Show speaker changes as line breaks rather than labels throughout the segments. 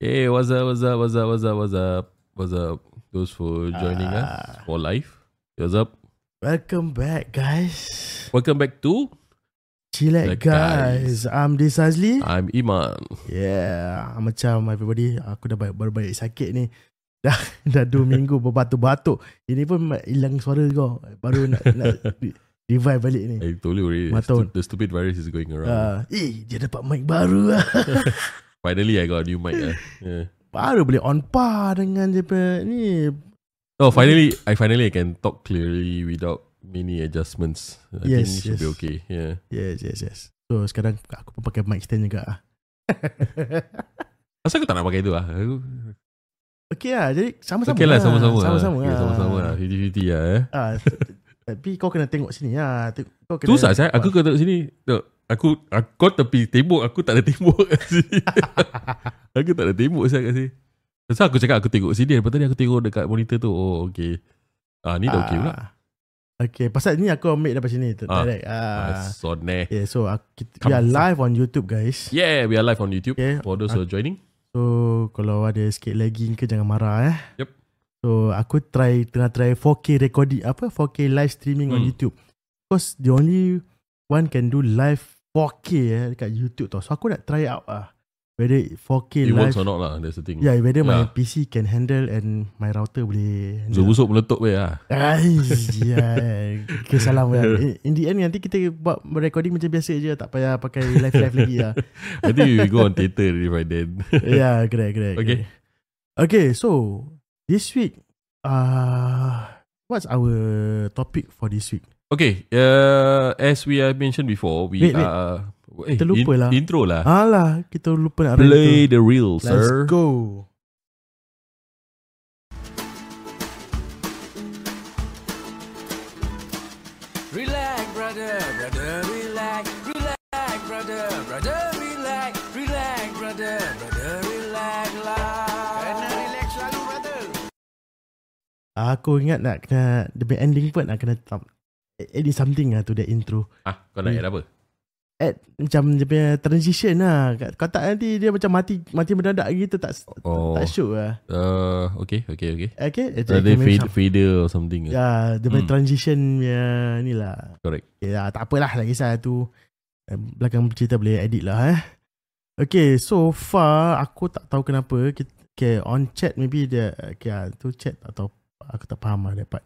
Hey, what's up, what's up, what's up, what's up, what's up, what's up? Those for joining us for life. What's up?
Ah. Welcome back, guys.
Welcome back to The
Chillax guys. guys. I'm Diz Azli.
I'm Iman.
Yeah, macam everybody, aku dah baik, baru balik sakit ni. Dah dah 2 minggu berbatuk-batuk. Ini pun ma- hilang suara kau. Baru nak, nak re- revive balik ni.
I told you already, the
Matun.
stu- the stupid virus is going around.
Uh, eh, dia dapat mic baru lah.
Finally, I got a new mic. ah. Yeah.
Baru boleh on par dengan dia punya ni.
Oh, finally, I finally can talk clearly without many adjustments. I think
Yes,
should be
yes.
okay. Yeah.
Yes, yes, yes. So sekarang aku pun pakai mic stand juga ah.
Asal aku tak nak pakai itu lah. Aku-
okay lah, jadi sama-sama.
Okay lah,
lah.
sama-sama. lah.
Sama-sama
Okay,
lah.
sama-sama lah. 50-50 lah. Eh.
Ah, tapi kau kena tengok sini lah. Teng- Kau kena
Susah saya. Aku kau tengok sini. Tengok. Aku, aku kau tepi tembok. Aku tak ada tembok kat sini. aku tak ada tembok saya kat sini. Pasal aku cakap aku tengok sini. Lepas tadi aku tengok dekat monitor tu. Oh, okay. Ah, ni dah okay pula.
Okay, pasal ni aku ambil daripada sini tu,
Ah.
direct.
Ah,
Ah.
Soneh.
Yeah, so aku,
Come
kita, we are
on.
live on YouTube guys.
Yeah, we are live on YouTube.
Okay,
For those who are joining.
so kalau ada sikit lagging ke jangan marah eh.
Yup.
So aku try tengah try 4K recording apa 4K live streaming on
Hmm.
YouTube. Because the only one can do live 4K eh dekat YouTube tau. So aku nak try out ah whether 4K
It
Ah, live
works or not lah. That's the thing.
Yeah, whether my
Yeah.
PC can handle and my router boleh handle.
So, busuk meletup weh lah.
Ais, yeah. Okay, salam. lah. In, in the end, nanti kita buat recording macam biasa je. Tak payah pakai live-live lagi lah.
I think we go on theater already by then.
Yeah, correct, correct.
Okay.
correct. Okay, so this week, uh, what's our topic for this week?
Okay, uh, as we have mentioned before, we
Wait, wait.
are... Eh,
Kita lupa lah.
Intro lah.
Alah, kita lupa nak
Play the reel,
Let's
sir.
Let's go.
Relax, brother, brother, relax. Relax, brother, brother, relax. Relax, brother, brother, relax lah. Kena relax selalu, brother.
Aku ingat nak kena, the ending pun nak kena tam, add in something lah to the intro.
Ah, kau nak add apa?
Add macam dia punya transition lah. Kau tak nanti dia macam mati mati mendadak gitu tak
Oh.
tak syuk lah.
Uh, okay, okay, okay.
Okay,
Uh,
actually,
they
okay, maybe
fade,
some-
fader or something. Yeah.
Ya, dia punya
Hmm.
transition punya ni lah.
Correct.
Ya, tak apalah tak kisah tu. Eh, Belakang cerita boleh edit lah eh. Okay, so far aku tak tahu kenapa. Kita, okay, on chat maybe dia, okay, ah, tu chat tak tahu. Aku tak faham lah dapat.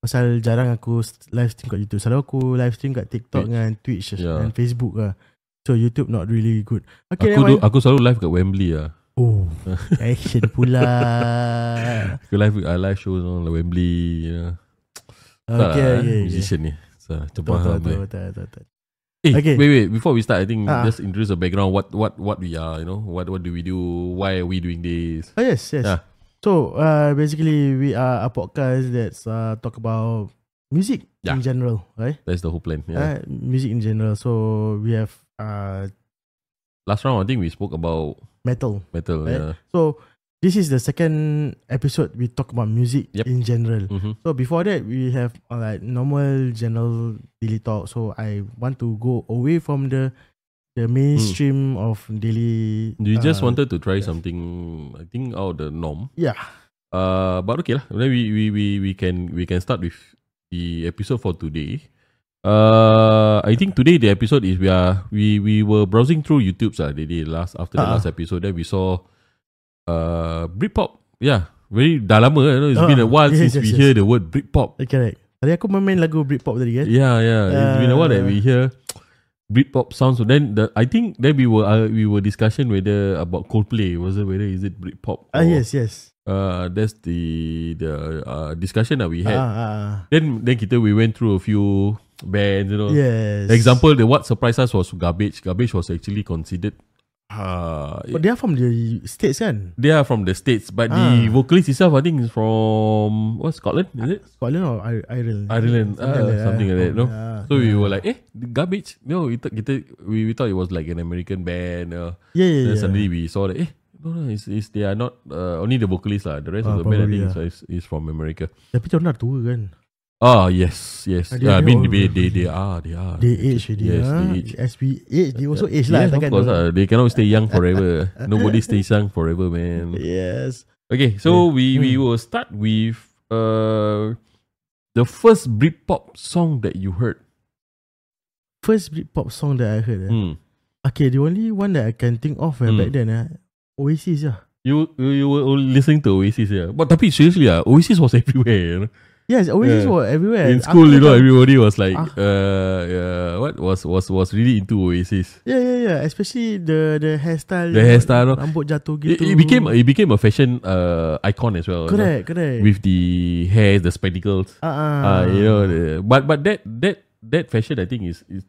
Pasal jarang aku s- live stream kat YouTube. Selalu aku live stream kat TikTok
Twitch.
dengan Twitch
Ya.
dan Facebook lah. So YouTube not really good.
Aku, do,
Okay, nevermind.
aku selalu live kat Wembley ah. lah.
Oh, action pula.
Aku live, I live show on Wembley. Yeah.
okay, okay, okay.
lah, Musician ni. So, macam
Betul, betul,
faham.
betul,
eh.
betul, betul, betul.
Eh,
Okay.
wait, wait. Before we start, I think
Ah.
just introduce the background. What, what, what we are. You know, what, what do we do? Why are we doing this?
Oh yes, yes.
Yeah.
So uh, basically, we are a podcast that's uh, talk about music
Yeah.
in general, right?
That's the whole plan. Yeah.
Uh, music in general. So we have uh,
Last round, I think we spoke about
metal.
metal.
Right.
Yeah.
So this is the second episode we talk about music
Yep.
in general.
hmm
So before that, we have uh, like normal general daily talk. So I want to go away from the the mainstream of daily.
Hmm. You just
uh,
wanted to try
yes.
something, I think, out of the norm.
Yeah.
Uh, but okay lah. Then we, we we we can we can start with the episode for today. Uh, I think today the episode is we are we we were browsing through YouTube ah the, the last after the
Ah, ah.
last episode then we saw uh Britpop yeah very dah lama you know, it's been a
Ah,
while since
yes,
we
yes,
hear the word Britpop
eh, Correct. Tadi aku main lagu Britpop tadi kan?
yeah yeah it's been a while that eh? we hear Britpop sounds so then the I think then we were uh, we were discussion whether about Coldplay was it whether is it Britpop or-
Ah yes yes.
uh that's the the uh, discussion that we had
Ah, ah, ah.
Then then kita we went through a few bands, you know.
Yes.
Example, the what surprised us was garbage. Garbage was actually considered. Uh,
But they are from the States kan?
they are from the states, but the
Ah.
vocalist itself, I think, is from what Scotland, is it?
Scotland or Ir- Ireland?
Ireland, ah, something like that, no?
Ah, Yeah.
So we were like, eh, garbage. No, we thought kita, we, we thought it was like an American band. Uh,
yeah, yeah,
then
yeah.
suddenly we saw that, eh, no, no, it's, it's they are not uh, only the vocalist lah. The rest
Ah,
of the band, I
probably,
think,
yeah.
is, is from America.
Tapi dia orang dah tua kan?
Ah yes, yes. Uh,
Ah, they-
I
they
mean
all-
they, they they are they are.
They age already
Yes,
ah.
they age.
As we age They also age lah
yes, of
takkan
course
no-
lah. They cannot stay young forever. Nobody stays young forever, man.
Yes
Okay, so we we
Hmm.
will start with uh the first Britpop song that you heard.
First Britpop song that I heard eh.
Hmm.
Okay the only one that I can think of eh,
Hmm.
Back then eh, Oasis lah
You you you were only listening to Oasis, yeah. But tapi seriously, ah, Oasis was everywhere. You know?
Yes Oasis
Yeah.
was everywhere
In
Aku
school, you know,
macam-
everybody was like,
Ah.
uh, yeah, what was was was really into Oasis.
Yeah yeah yeah Especially the the hairstyle
The hairstyle, no?
Rambut jatuh
It,
gitu
it became it became a fashion uh, icon as well. you know,
Correct correct
With the hair, the spectacles.
Ah, ah.
uh, you know the- but but that that that fashion I think is is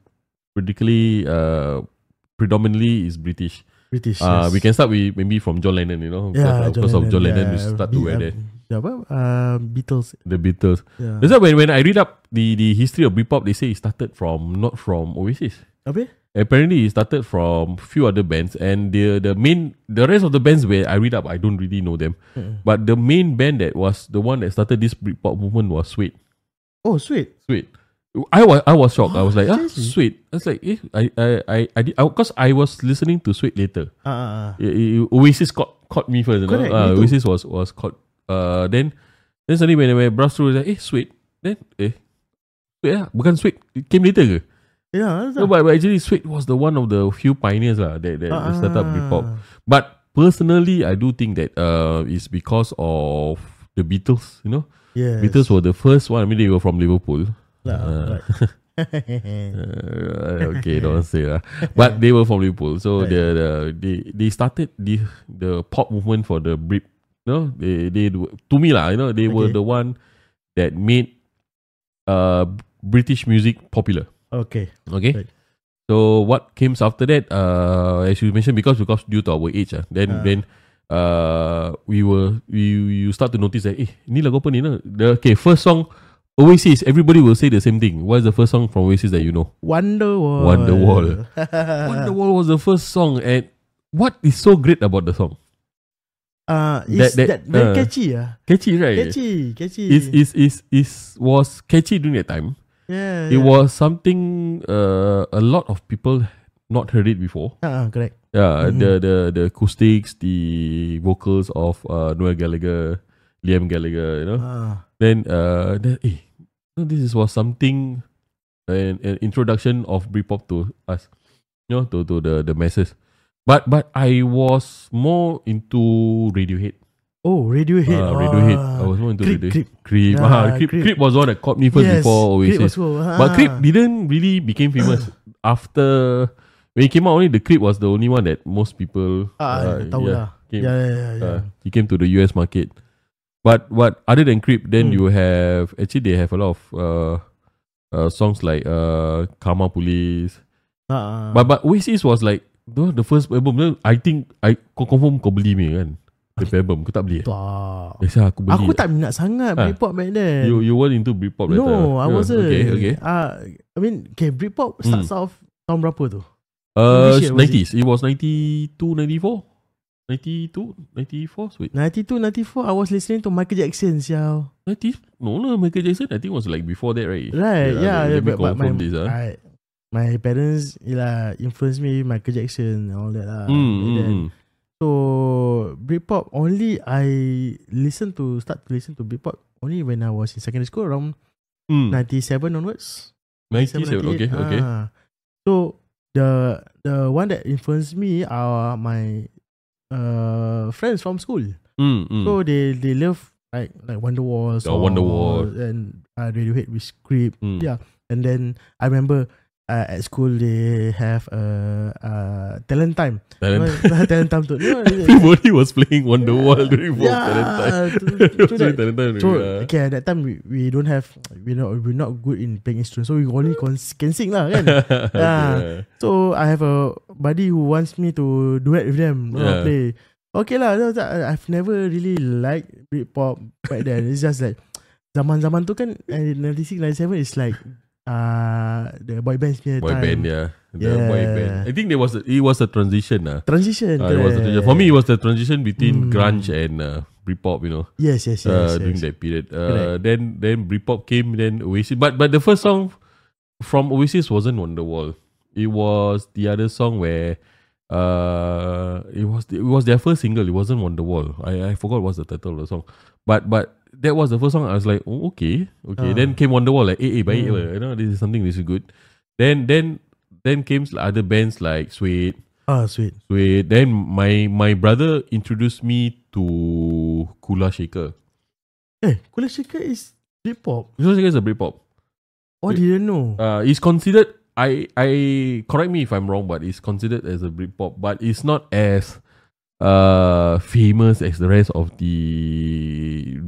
particularly uh predominantly is British.
British
Uh
yes.
we can start with maybe from John Lennon, you
Ya,
know, because, of- because of John Lennon we start to wear that.
The apa? Uh, Beatles. Ya.
The Beatles.
Yeah.
That's why when, when I read up the, the history of Britpop, they say it started from not from Oasis.
Apa?
Apparently, it started from few other bands, and the the main the rest of the bands where I read up, I don't really know them.
Mm.
But the main band that was the one that started this Britpop movement was Suede.
Oh, sweet.
Sweet. I was I was shocked. I was like, ah,
Seriously?
sweet. I was like, eh, I I I I did because I, was listening to Sweet later.
Ah, ah, ah.
Eh, eh, Oasis caught caught me first. You know?
Correct, me
Ah,
too.
Oasis was was caught. Uh, then then suddenly when when browse through, I was like, eh, Sweet. Then eh, Sweet lah. bukan Sweet. It came later ke?
Yeah, that's
No, but, but actually Sweet was the one of the few pioneers lah that that
Ah,
set up Britpop.
ah.
But personally, I do think that uh, it's because of the Beatles. You know,
Yes.
Beatles were the first one. I mean, they were from Liverpool.
Lah,
Ah.
right.
Uh, okay, don't say that. But they were from Liverpool, so
Right.
the, the they they started the the pop movement for the Brit. No, they they do- to me lah, you know, they were
Okay.
the one that made uh British music popular.
okay.
Okay.
Right.
So what came after that? Uh, as you mentioned, because because due to our age, ah, then
Ah.
then uh we were you you start to notice that eh ni lagu apa ni no? The okay first song Oasis everybody will say the same thing. What is the first song from Oasis that you know?
Wonderwall.
Wonderwall.
Uh-huh.
Wonderwall was the first song, and what is so great about the song?
Ah, it's
That- that,
that, very
ah.
catchy ah.
Catchy, right?
Catchy, catchy.
Is is is is was catchy during that time.
yeah,
It
yeah.
was something uh, a lot of people not heard it before.
Ah, ah, correct.
Yeah,
Mhm.
the the the acoustics, the vocals of uh, Noel Gallagher, Liam Gallagher, you know.
Ah,
Then uh, then eh, no, this is was something an, an introduction of Britpop to us, you know, to to the the masses. But but I was more into Radiohead.
oh, Radiohead.
Ah,
ah.
Radiohead. I was more into
Creep,
Radiohead.
Creep.
Creep.
Yeah,
Ah, Creep,
Creep.
Creep was one that caught me first
Yes,
before Oasis.
Creep also. Ah.
But Creep didn't really became famous after when it came out. Only the Creep was the only one that most people
Ah,
uh,
tahu
yeah,
lah.
came,
Yeah, yeah, yeah. yeah.
uh, he came to the US market. But what other than Creep, then
Hmm.
you have actually they have a lot of uh, uh, songs like uh, Karma Police.
Ah, ah.
But but Oasis was like the, the first album. then I think I kau confirm kau beli ni kan. The album kau tak beli. Eh?
Tak.
Biasa aku beli.
Aku tak minat sangat
Ah.
Britpop back then.
You you weren't into Britpop that time. ah?
no, I
Yeah,
wasn't.
Okay, okay. Hmm.
Uh, I mean, okay, Britpop starts off tahun berapa tu?
Uh,
Which year was
90s. It? was 92, 94. 92, 94? Wait,
92, 94, I was listening to Michael Jackson, siao.
90s? No, no, Michael Jackson, I think was like before that, right?
Right, yeah, yeah,
let, let me
but, but my,
confirm this. ah.
I, my parents lah influenced me with Michael Jackson and all that lah.
Mm,
Back
mm,
then.
mm.
So Britpop only I listen to start to listen to Britpop only when I was in secondary school around
Mm.
97 onwards.
97, okay, okay.
Ah. So the the one that influenced me are my uh friends from school.
Mm, mm.
So they they love like like Wonderwall,
Oh, Wonderwall.
and uh, Radiohead with Script.
mm.
yeah. And then I remember uh, at school they have uh, uh talent time.
Talent-
No, talent time tu. No,
Everybody was playing Wonderwall during for
yeah,
Talent Time.
to- to
During
that-
Talent Time,
So
yeah.
okay, at that time we, we don't have we not we're not good in playing instruments, so we only can, can sing lah kan.
Okay,
Yeah.
yeah.
So I have a buddy who wants me to duet with them,
Yeah.
yeah. play. Okay lah, then I was like, I- I've never really liked Britpop back then. It's just like zaman-zaman tu kan eh, 96, 97 is like uh, the boy bands punya
Boy
time.
band, yeah. The
Yeah.
boy band. I think there was a, it was a transition. ah.
Transition.
Uh, it was a transition. For me, it was the transition between
Mm.
grunge and uh, Britpop, you know,
Yes, yes, yes.
uh,
yes,
during
yes.
that period. Uh,
Correct.
then then Britpop came, then Oasis. But but the first song from Oasis wasn't Wonderwall. It was the other song where uh it was it was their first single. It wasn't Wonderwall. I I forgot what's the title of the song. But but that was the first song. I was like, oh, okay, okay.
Ah.
Then came Wonderwall like, eh, eh, baik,
Hmm.
apa. you know, this is something this is good. Then then then came other bands like Suede.
Oh, sweet.
Wait, then my my brother introduced me to Kula Shaker.
Eh, Kula Shaker is Britpop.
Kula Shaker is a Britpop.
Oh, didn't know.
Uh, it's considered. I I correct me if I'm wrong, but it's considered as a Britpop, but it's not as uh famous as the rest of the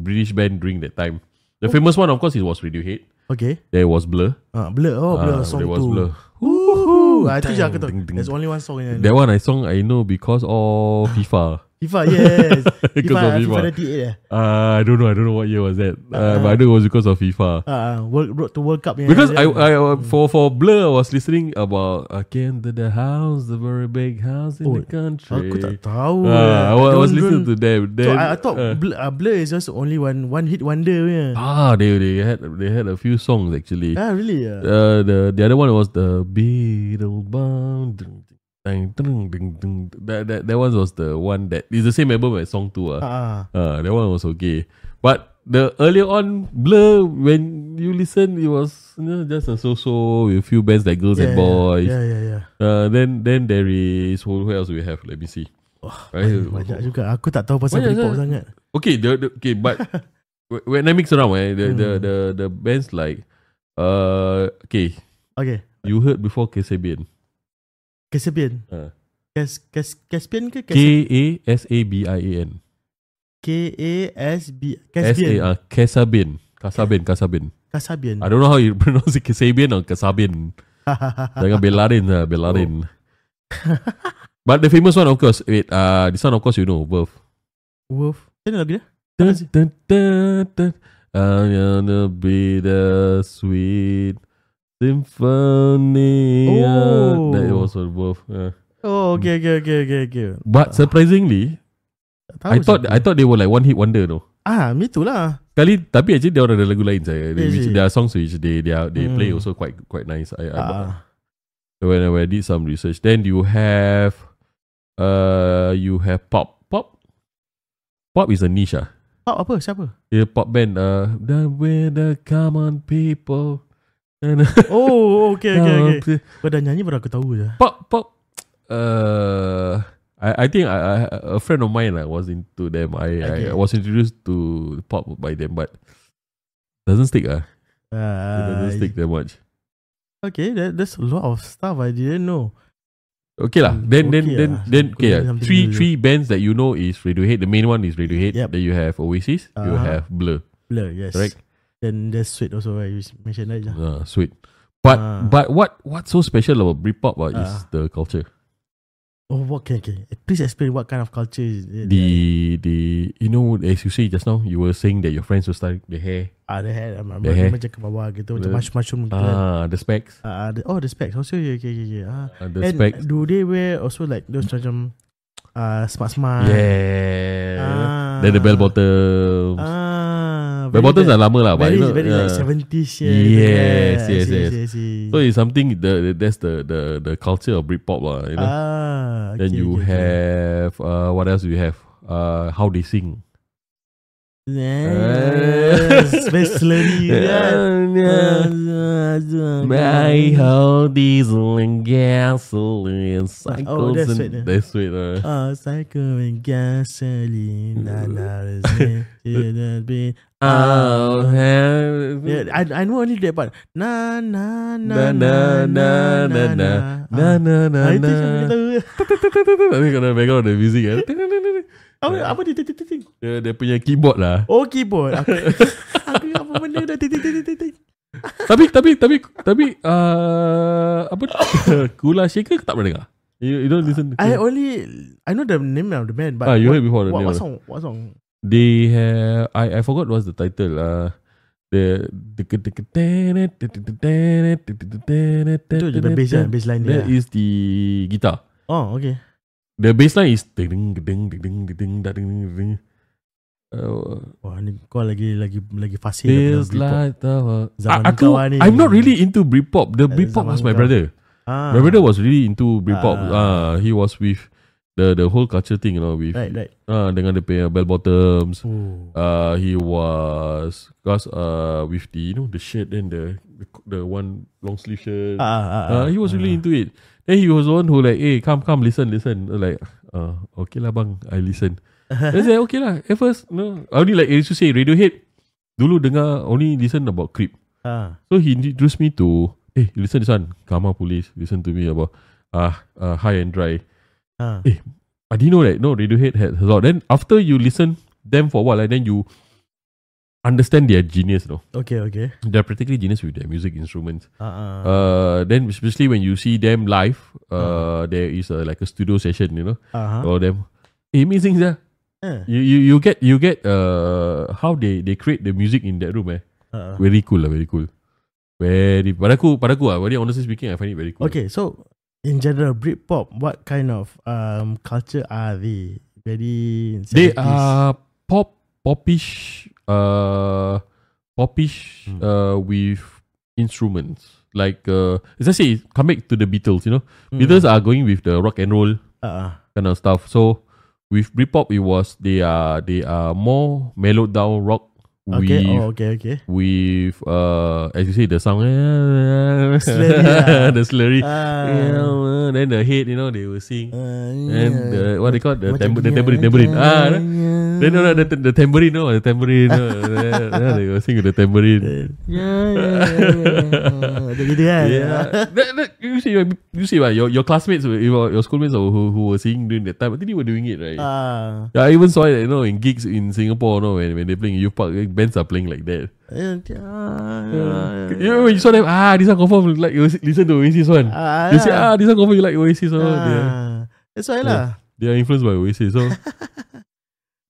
British band during that time. The famous one, of course, it was Radiohead.
okay.
There was Blur.
Uh, Blur. Oh, Blur
Ah,
song
there was
tu.
Blur.
Woohoo. Ah, itu je
Dang,
aku tahu.
ding, ding.
There's only one song yang I
That
know.
one I song I know because of FIFA.
FIFA, yes.
Because
FIFA,
of
FIFA
FIFA.
98 eh.
Uh, I don't know. I don't know what year was that. Uh, but I
Uh-uh.
know it was because of FIFA.
Ah, ah, World Road to World Cup. yang-
Because I,
yang-
I uh, for for Blur I was listening about uh, again to the house, the very big house in
Oh,
the country.
Aku tak tahu.
Ah, I, wa-
eh.
I was
Don't-
listening to
don't-
them.
So
Then,
I, I thought
uh,
Blur, uh, Blur is just only one one hit wonder punya.
ah they they had they had a few songs actually.
Ah, really? Uh,
Uh, the the other one was the Beetlebum. dun- dun- dun- dun- dun- dun. That that that one was the one that is the same album as song two.
ah,
Ah,
ah.
Ah, that one was okay. But the earlier on Blur when you listen it was you know, just a so so with a few bands like Girls and Boys.
Yeah, yeah, yeah.
Uh, then then there is who, who else we have? Let me see. I-
Banyak juga. Aku tak tahu pasal
Banyak
Britpop
sangat.
sangat.
okay, the, the, okay, but wh- when I mix around, eh, the,
Hmm.
the the the bands like uh okay,
Okay.
you heard before Kasabian.
Caspian.
Ah.
Cas, Cas, Caspian ke?
K
Cas,
A S A B I A N.
K-A-S-B.
S A
Caspian.
uh, Kasabian. Kasabian, Kasabian.
Kasabian.
I don't know how you pronounce it, Kasabian or Kasabian. Jangan Belarin lah,
Oh.
Belarin. But the famous one, of course, wait, uh, this one, of course, you know, Verve.
Wolf. Macam mana lagu dia?
Dun, dun, dun, dun. I'm gonna be the sweet symphony.
Oh.
That was on both. yeah.
Oh, okay, okay, okay, okay. okay.
But surprisingly,
Tak
I thought
siapa.
I thought they were like one hit wonder though.
Ah, me too lah.
Kali tapi actually dia orang ada lagu lain saya.
Is
Which
it?
there are songs which they they are, they play
Hmm.
also quite quite nice. I, I
Ah,
when, I, when I did some research, then you have uh you have pop pop pop is a niche ah.
Pop apa? Siapa?
Yeah, pop band. Uh, then we're the common people. And,
Oh, okay, okay, okay.
okay.
Kau dah nyanyi baru aku tahu je.
Pop, pop. Uh, I, I think I, I, a friend of mine uh, was into them. I,
Okay.
I, I was introduced to pop by them, but doesn't stick. Uh. It
Ah,
doesn't stick that much.
okay, that, there's a lot of stuff I didn't know.
Okay lah.
Hmm,
Then then
okay
then
lah.
then
Could
okay.
be
lah.
something
Three
new.
three bands that you know is Radiohead. The main one is Radiohead.
Yep.
Then you have Oasis. You
Uh-huh.
have Blur.
Blur, yes.
Correct.
Then there's Sweet also, right? You mentioned that je.
Uh, sweet. But
Ah.
but what what's so special about Britpop uh, is
Ah.
the culture.
Oh, what, okay, okay. Please explain what kind of culture is it.
the the you know as you say just now you were saying that your friends were styling the hair
Ah, the hair. Um,
The hair.
Macam ke bawah gitu. Macam
The-
mushroom, mushroom gitu. kan.
ah the specs
Ah, ah, the- oh, the specs. Also, yeah, okay, okay, okay. Ah.
Ah, the
And
specs
do they wear also like those macam uh, smart-smart?
yeah
Ah.
then the bell bottoms
Ah,
bell
very
bottoms
that-
are lama lah but
very,
you know
very
yeah.
like 70s. Yeah,
Yes,
yeah. I
yes,
see,
yes.
I see, I see.
so it's something the, the- that's the the the culture of Britpop lah you know
Ah,
then
okay,
you
okay, okay.
have uh what else do you have uh how they sing
Yes, very slurry. Yes.
yeah. My
Ah,
whole diesel and gasoline cycles
oh, that's
and
sweet, eh? yeah.
that's sweet. Uh.
Oh, cycle and
Mm.
gasoline. La, la, la, la, la, la,
Oh, have-
Ah. Yeah, I, I know only that part. Na na
Na,
na
na,
na na
na,
na
na.
na.
na na na
Ah, ah, itu je aku
na.
tahu.
Tapi kena background the music kan.
Apa apa dia titik titik?
Dia, dia punya keyboard lah.
Oh keyboard. Aku aku ingat apa benda dah titik titik titik.
tapi tapi tapi tapi uh, apa Kula Shaker ke tak pernah dengar. You, you don't listen. to
I only I know the name of the band, but
Ah, you heard
what,
before the
what,
name. ah.
what song? What song?
They have I I forgot what's the title. Uh, the the the
Itu je the bass
the
yeah, bassline dia.
That is the guitar.
Oh okay.
The bass line is ding ding ding ding ding ding ding ding ding ding. Uh,
Wah ni kau lagi lagi lagi fasih
feels
daripada Britpop.
like the
Zaman
Ah, aku,
kawan ni. Eh,
I'm not really into Britpop. The Britpop
zaman
was my
kau.
brother.
Ah.
My brother was really into Britpop.
Ah.
Ah, he was with the the whole culture thing, you know, with
Right right.
ah dengan dia punya bell bottoms.
Oh.
Uh, he was cause uh with the you know the shirt and the the, the one long sleeve shirt.
Ah, ah, ah,
Uh, he was really into it. Then he was the one who like, hey, come, come, listen, listen. I Like, uh, okay lah bang, I listen. Then I said, okay lah. At first, no. I only like, I used to say Radiohead, dulu dengar, only listen about Creep.
Ah.
So he introduced me to, hey, you listen this one, Karma Police, listen to me about ah uh, High and Dry.
Ah.
Eh, I didn't know that, no, Radiohead had a lot. Then after you listen them for a while, and then you understand their genius, no.
Okay okay.
They're practically genius with their music instruments.
Ah ah.
Uh, then especially when you see them live, uh, there is a, like a studio session, you know,
Ah. ah.
all them. Eh, amazing, yeah.
Eh,
You you you get you get uh how they they create the music in that room, eh?
ah, ah.
Very cool lah, very cool. Very padaku padaku ah, very honestly speaking, I find it very cool.
Okay, so in general, Britpop, what kind of um culture are they? Very
They
70s.
are pop popish uh popish
Hmm.
uh with instruments. Like uh as I say, come back to the Beatles, you know.
Hmm.
Beatles are going with the rock and roll
Ah, ah.
kind of stuff. So with Britpop, it was they are they are more mellowed down rock
okay.
with
Oh, okay, okay.
with uh as you say the sound
Slurry lah.
the slurry,
Ah.
then the head you know they will sing
Ah,
and the,
yeah.
what they call the,
Macam
tambour, the
dia,
tambourine tambourine
yeah,
ah
yeah.
then no, no, the, the tambourine no the tambourine no, yeah, they will sing with the tambourine.
Yeah, yeah, yeah. Dia gitu kan?
Yeah, that, that, you see, you see, right? Your your classmates, were- your your schoolmates, who who who were singing during that time, I think they were doing it right.
Ah.
Yeah, I even saw it, you know, in gigs in Singapore, you know, when, when they're playing in youth park, eh, bands are playing like that.
Yeah, yeah,
You know, when you saw them, ah, this one confirm you like, you listen to Oasis one.
Ah,
you say, ah,
yeah.
this one confirm you like Oasis one. They,
Ah. That's why lah.
they are influenced by Oasis, so.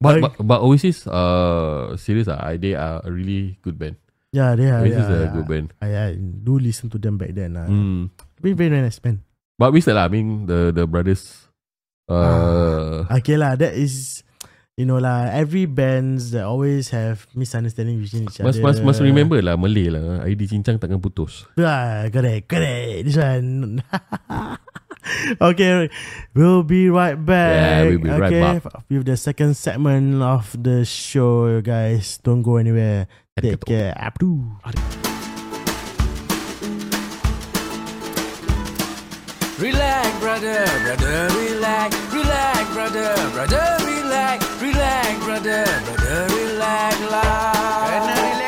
But, but, but Oasis, uh, serious, ah, I- they are a really good band.
Yeah, they are.
Oasis
Ah, yeah,
are a
yeah.
good band.
I, I do listen to them back then. Uh.
Mm.
Very, very nice, man.
But we said, lah, I mean, the, the brothers, uh,
Okay lah, that is, you know lah, every bands that always have misunderstanding between each
must,
other.
must, must remember lah, Malay lah, ID cincang takkan putus.
Ah, correct, correct. This one. okay, we'll be right back.
Yeah, we'll be right
okay,
back.
f- With the second segment of the show, you guys. Don't go anywhere. Take
Arigato.
care. Abdu.
Relax, brother, brother, relax. Relax, brother, brother, relax. Relax, brother, brother, relax. Lah. Kena relax